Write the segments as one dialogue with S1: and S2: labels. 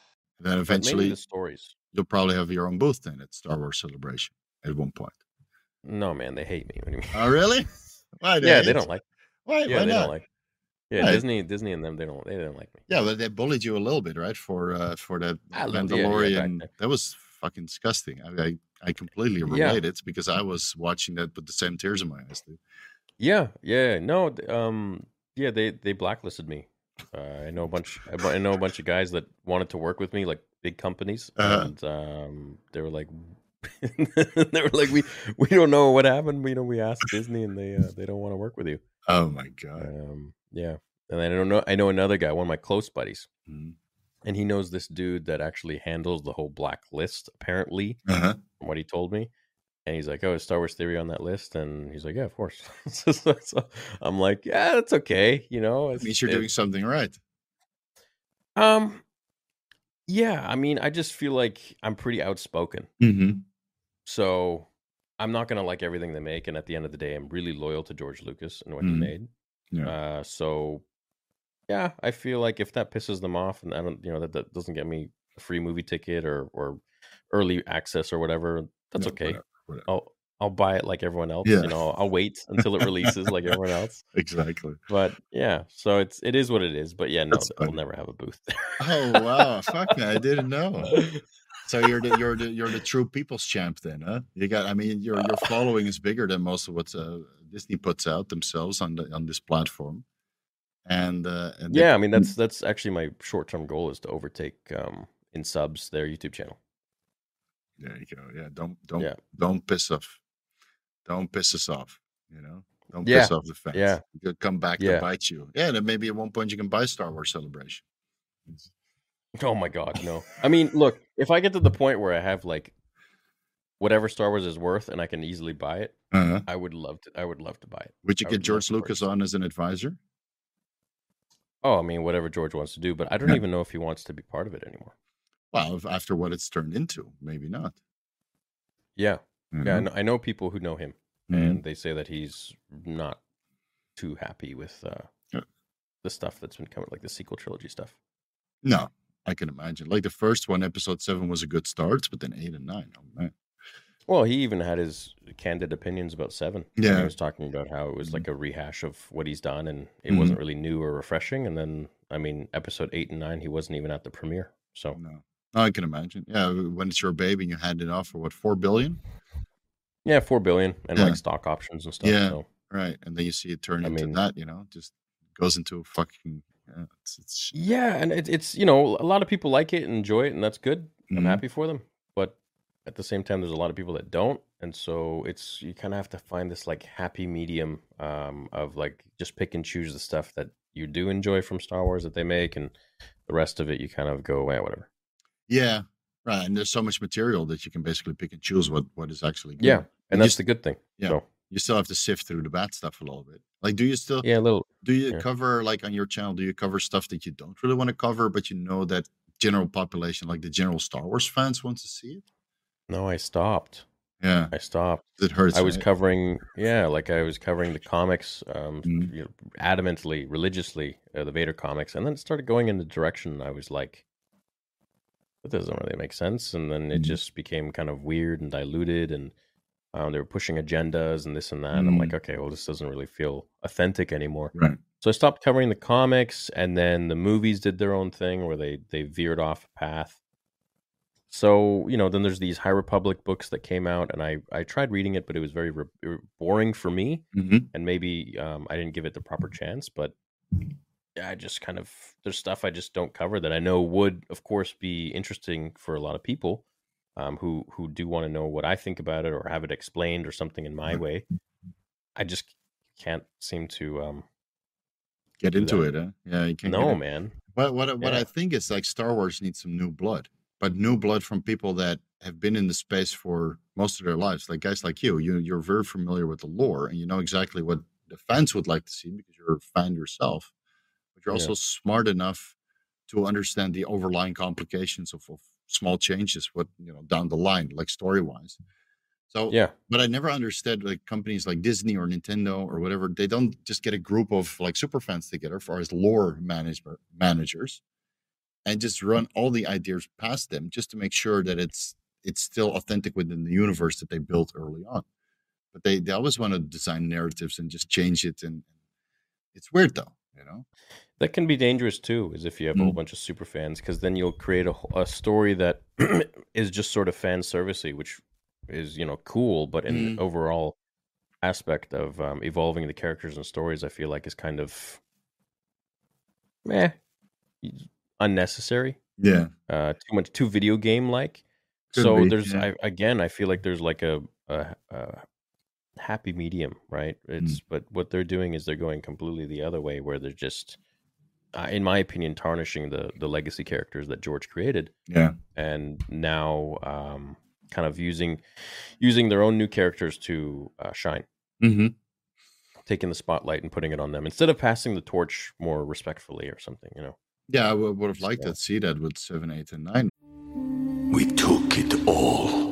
S1: Then
S2: But maybe
S1: eventually,
S2: the stories.
S1: you'll probably have your own booth then at Star Wars Celebration at one point.
S2: No, man, they hate me. What do you mean?
S1: Oh, really? Why?
S2: yeah, they
S1: hate
S2: don't
S1: you?
S2: like.
S1: Why?
S2: Yeah,
S1: why
S2: they
S1: not?
S2: don't like. Yeah,
S1: Why?
S2: Disney, Disney, and them, they don't, they don't like me.
S1: Yeah, but they bullied you a little bit, right? For uh, for the
S2: I love- yeah, yeah, back
S1: Mandalorian.
S2: then.
S1: that was fucking disgusting. I I, I completely
S2: Yeah.
S1: relate it because I was watching that with the same tears in my eyes. Dude.
S2: Yeah, yeah, no, th- um, yeah, they they blacklisted me. Uh, I know a bunch. I bu- I know a bunch of guys that wanted to work with me, like big companies,
S1: Uh-huh.
S2: and um, they were like, they were like, we we don't know what happened. You know, we asked Disney, and they uh, they don't want to work with you.
S1: Oh my god.
S2: Um, yeah, and then I don't know. I know another guy, one of my close buddies,
S1: Mhm.
S2: and he knows this dude that actually handles the whole blacklist. Apparently,
S1: Uh-huh.
S2: from what he told me. And he's like, "Oh, is Star Wars Theory on that list?" And he's like, "Yeah, of course." so, so- so I'm like, "Yeah, that's okay, you know."
S1: That
S2: it's-
S1: means you're
S2: it-
S1: doing something right.
S2: um, yeah. I mean, I just feel like I'm pretty outspoken,
S1: Mm-hmm.
S2: so I'm not gonna like everything they make. And at the end of the day, I'm really loyal to George Lucas and what he
S1: Mhm.
S2: made.
S1: Yeah.
S2: Uh, so yeah, I feel like if that pisses them off, and I don't, you know, that, that doesn't get me a free movie ticket or or early access or whatever, that's
S1: Yeah,
S2: okay.
S1: whatever, whatever.
S2: I'll I'll buy it like everyone else.
S1: Yeah.
S2: You know, I'll wait until it releases like everyone else.
S1: Exactly.
S2: But yeah, so it's it is what it is. But yeah, no,
S1: That's
S2: we'll
S1: funny.
S2: never have a booth.
S1: Oh wow! Fuck me, I didn't know. So you're the you're the you're the true people's champ then, huh? You got. I mean, your your following is bigger than most of what uh, Disney puts out themselves on the on this platform. And, uh, and they-
S2: yeah, I mean that's that's actually my short term goal is to overtake um in subs their YouTube channel.
S1: There you go. Yeah, don't don't
S2: Yeah.
S1: don't piss off. Don't piss us off. You know, don't
S2: Yeah,
S1: piss off the fans.
S2: yeah,
S1: They'll come back
S2: yeah.
S1: to bite you. Yeah, then maybe at one point you can buy Star Wars Celebration. It's-
S2: Oh my god, no. I mean, look, if I get to the point where I have like whatever Star Wars is worth and I can easily buy it,
S1: Uh-huh.
S2: I would love to I would love to buy it.
S1: Would you get
S2: I would love
S1: George
S2: to
S1: Lucas
S2: purchase
S1: on as an advisor?
S2: Oh, I mean whatever George wants to do, but I don't
S1: Yeah.
S2: even know if he wants to be part of it anymore.
S1: Well, if, after what it's turned into, maybe not.
S2: Yeah.
S1: you
S2: Yeah, I
S1: know?
S2: know, I know people who know him,
S1: Mhm.
S2: and they say that he's not too happy with uh,
S1: Yeah.
S2: the stuff that's been coming, like the sequel trilogy stuff.
S1: no, I can imagine. Like the first one, episode seven was a good start, but then eight and nine. Oh man,
S2: Well, he even had his candid opinions about Seven. And
S1: Yeah.
S2: he was talking about how it was
S1: Mhm.
S2: like a rehash of what he's done, and it
S1: Mhm.
S2: wasn't really new or refreshing. And then, I mean, Episode Eight and Nine, he wasn't even at the premiere. So
S1: no, no, I can imagine. Yeah, when it's your baby and you hand it off for what four billion,
S2: yeah, four billion and
S1: Yeah.
S2: like stock options and stuff.
S1: Yeah.
S2: So
S1: Right. And then you see it turn
S2: I
S1: into
S2: mean-
S1: that, you know, just goes into a fucking. Yeah, it's, it's sh-
S2: yeah, and it, it's you know a lot of people like it, and enjoy it, and that's good.
S1: Mhm.
S2: I'm happy for them. But at the same time, there's a lot of people that don't, and so it's you kind of have to find this like happy medium um, of like just pick and choose the stuff that you do enjoy from Star Wars that they make, and the rest of it you kind of go away, whatever.
S1: Yeah. Right. And there's so much material that you can basically pick and choose what, what is actually good.
S2: Yeah,
S1: You
S2: and that's
S1: s-
S2: the good thing.
S1: Yeah.
S2: So,
S1: You still have to sift through the bad stuff a little bit. Like, do you still,
S2: yeah, a little.
S1: do you
S2: yeah.
S1: cover, like on your channel, do you cover stuff that you don't really want to cover, but you know that general population, like the general Star Wars fans wants to see it?
S2: No, I stopped.
S1: Yeah.
S2: I stopped.
S1: It hurts.
S2: I was
S1: right?
S2: covering, yeah, like I was covering the comics, um,
S1: Mhm.
S2: you know, adamantly, religiously, uh, the Vader comics, and then it started going in the direction I was like, "That doesn't really make sense." And then it
S1: Mhm.
S2: just became kind of weird and diluted, and um, they were pushing agendas and this and that. And I'm like, okay, well, this doesn't really feel authentic anymore.
S1: Right.
S2: So I stopped covering the comics, and then the movies did their own thing where they they veered off a path. So you know, then there's these High Republic books that came out, and I I tried reading it, but it was very re- er, boring for me,
S1: Mhm.
S2: and maybe um, I didn't give it the proper chance. But yeah, I just kind of there's stuff I just don't cover that I know would, of course, be interesting for a lot of people um, who who do want to know what I think about it or have it explained or something in my
S1: Right.
S2: way. I just can't seem to um,
S1: Get
S2: do
S1: into
S2: that.
S1: it. Huh? Yeah. You can't get
S2: no
S1: in-
S2: man.
S1: What what I- what
S2: Yeah.
S1: I think is like Star Wars needs some new blood. but new blood from people that have been in the space for most of their lives, like guys like you. You you're very familiar with the lore and you know exactly what the fans would like to see because you're a fan yourself. But you're
S2: Yeah.
S1: also smart enough to understand the overlying complications of, of small changes, what you know down the line, like story wise. So
S2: Yeah.
S1: but I never understood like companies like Disney or Nintendo or whatever. They don't just get a group of like super fans together for as lore management managers, and just run all the ideas past them just to make sure that it's it's still authentic within the universe that they built early on. But they they always want to design narratives and just change it, and it's weird though, you know.
S2: That can be dangerous too, is if you have a whole bunch of super fans, because then you'll create a, wh- a story that is just sort of fan servicey, which is you know cool, but in the overall aspect of um, evolving the characters and stories, I feel like is kind of meh, unnecessary,
S1: Yeah,
S2: uh, too much, too video game like.
S1: Could
S2: So
S1: be,
S2: there's
S1: yeah.
S2: I, again, I feel like there's like a, a, a happy medium, right?
S1: Mm.
S2: It's but what they're doing is they're going completely the other way, where they're just, uh, in my opinion, tarnishing the the legacy characters that George created,
S1: yeah,
S2: and now um, kind of using using their own new characters to uh, shine,
S1: mm-hmm.
S2: taking the spotlight and putting it on them instead of passing the torch more respectfully or something, you know.
S1: yeah. I would have liked
S2: So-
S1: to see that with seven, eight, and nine.
S3: We took it all.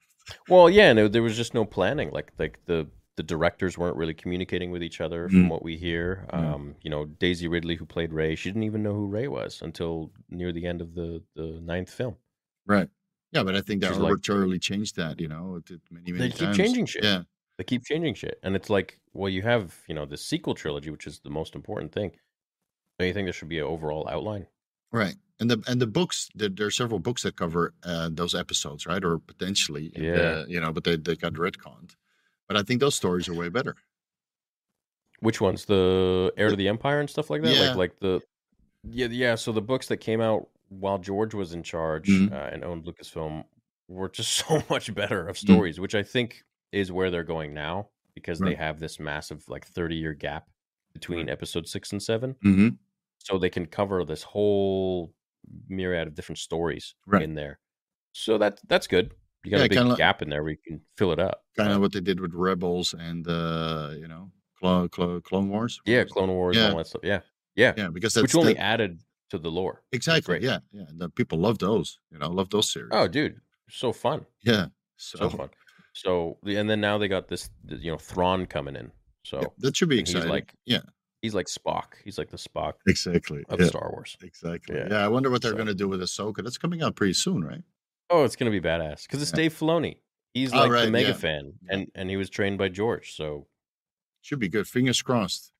S2: Well, yeah, and it- there was just no planning. Like like the the directors weren't really communicating with each other, from what we hear. Um, you know, Daisy Ridley, who played Ray, she didn't even know who Ray was until near the end of the the ninth film.
S1: Right. Yeah, but I think that
S2: She's like-
S1: arbitrarily changed that, you know, it did many, many
S2: keep
S1: times.
S2: changing shit.
S1: Yeah.
S2: They keep changing shit, and it's like, well, you have you know the sequel trilogy, which is the most important thing. Don't you think there should be an overall outline?
S1: Right. And the and the books, there, there are several books that cover uh, those episodes, right? Or potentially, if,
S2: Yeah.
S1: uh, you know, but they, they got retconned. But I think those stories are way better.
S2: Which ones? The heir to the empire and stuff like that.
S1: Yeah.
S2: Like like the yeah yeah. So the books that came out while George was in charge
S1: Mhm.
S2: uh, and owned Lucasfilm were just so much better of
S1: Mm-hmm.
S2: stories, which I think is where they're going now because they
S1: Right.
S2: have this massive like thirty year gap between episode six and seven,
S1: Mm-hmm.
S2: so they can cover this whole myriad of different stories
S1: Right.
S2: in there. So that that's good. You got
S1: Yeah,
S2: a big
S1: kinda like-
S2: gap in there where you can fill it up.
S1: Kind
S2: Uh,
S1: of what they did with Rebels and, uh, you know, Clone, Clone, Clone Wars. What
S2: yeah,
S1: was it?
S2: Clone Wars,
S1: Yeah.
S2: all that stuff. Yeah, yeah,
S1: Yeah, because that's
S2: which only
S1: the-
S2: added to the lore.
S1: exactly.
S2: great.
S1: Yeah. Yeah. The people love those, you know, love those series.
S2: Oh, dude, so fun,
S1: yeah.
S2: so,
S1: So,
S2: fun. So the- and then now they got this, th- you know, Thrawn coming in. So
S1: yeah, that should be
S2: and he's
S1: exciting.
S2: like-
S1: yeah.
S2: he's like Spock. He's like the Spock
S1: Exactly.
S2: of
S1: yeah.
S2: Star Wars.
S1: Exactly.
S2: Yeah.
S1: Yeah. I wonder what they're
S2: So-
S1: going to do with Ahsoka. That's coming out pretty soon, right?
S2: Oh, it's gonna be badass because it's
S1: Yeah.
S2: Dave Filoni. He's
S1: Oh,
S2: like
S1: right,
S2: the
S1: yeah.
S2: mega fan,
S1: Yeah.
S2: and and he was trained by George. So
S1: Should be good. Fingers crossed.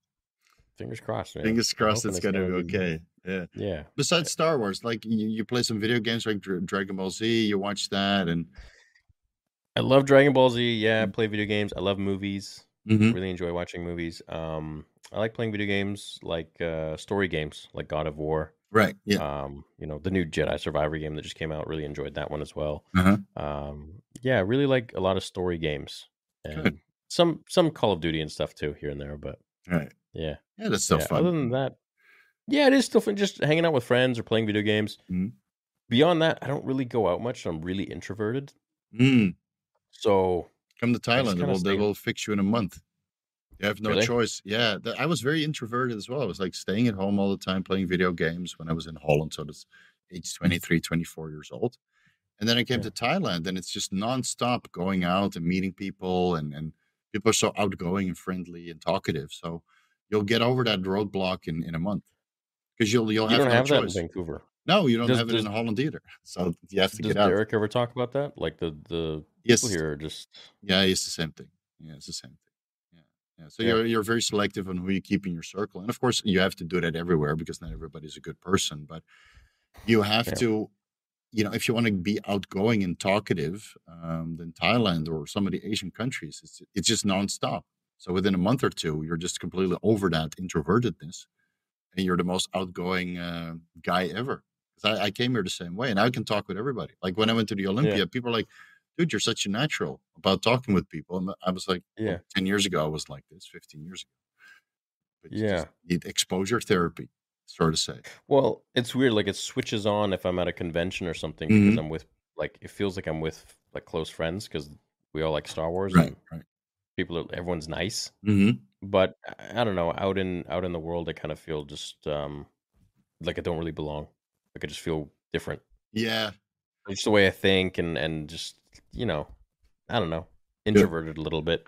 S2: fingers crossed. man.
S1: Fingers
S2: I'm
S1: crossed
S2: hoping
S1: it's going to be okay. Yeah.
S2: Yeah,
S1: Besides Star Wars, like you, you play some video games like Dra- Dragon Ball Z, you watch that, and
S2: I love Dragon Ball Z. Yeah, I
S1: Mm-hmm.
S2: play video games. I love movies.
S1: Mhm.
S2: Really enjoy watching movies. Um, I like playing video games like uh, story games, like God of War.
S1: right, yeah,
S2: Um, you know, the new Jedi Survivor game that just came out. Really enjoyed that one as well.
S1: Uh-huh.
S2: Um, yeah, I really like a lot of story games and some some Call of Duty and stuff too here and there. But
S1: right,
S2: yeah,
S1: yeah, that's still
S2: yeah.
S1: fun.
S2: Other than that, yeah, it is still fun. Just hanging out with friends or playing video games.
S1: Mhm.
S2: Beyond that, I don't really go out much. I'm really introverted,
S1: Mm.
S2: so
S1: Come to Thailand, they
S2: kinda
S1: will, they
S2: stay-
S1: will fix you in a month. You have no
S2: Really?
S1: choice. Yeah, th- I was very introverted as well. I was like staying at home all the time, playing video games when I was in Holland. So that's age 23, 24 years old. And then I came
S2: Yeah.
S1: to Thailand, and it's just nonstop going out and meeting people, and and people are so outgoing and friendly and talkative. So you'll get over that roadblock in in a month because you'll you'll have
S2: you don't
S1: no
S2: have that in
S1: choice.
S2: Vancouver.
S1: No, you don't
S2: Does-
S1: have it
S2: does-
S1: in Holland either. So you have to
S2: Does
S1: get out.
S2: Derek ever talk about that? Like the the
S1: yes,
S2: people here are just
S1: yeah, it's the same thing. Yeah, it's the same thing. Yeah, yeah. So
S2: Yeah.
S1: you're you're very selective on who you keep in your circle, and of course you have to do that everywhere because not everybody's a good person. But you have
S2: Yeah.
S1: to you know, if you want to be outgoing and talkative, um, then Thailand or some of the Asian countries, it's it's just nonstop. So within a month or two, you're just completely over that introvertedness, and you're the most outgoing uh, guy ever. 'Cause I, I came here the same way, and I can talk with everybody. Like when I went to the Olympia, people are like, "Dude, you're such a natural about talking with people." And I was like,
S2: Yeah.
S1: 10 years ago, I was like this, 15 years ago. But you
S2: Yeah.
S1: just need exposure therapy, sort of say.
S2: Well, it's weird. Like it switches on if I'm at a convention or something
S1: Mm-hmm.
S2: because I'm with like it feels like I'm with like close friends because we all like Star Wars and
S1: right.
S2: people are everyone's nice.
S1: hmm
S2: But I- I don't know out in out in the world I kind of feel just um like I don't really belong. Like I just feel different.
S1: Yeah.
S2: Just the way I think and and just you know I don't know introverted a little bit.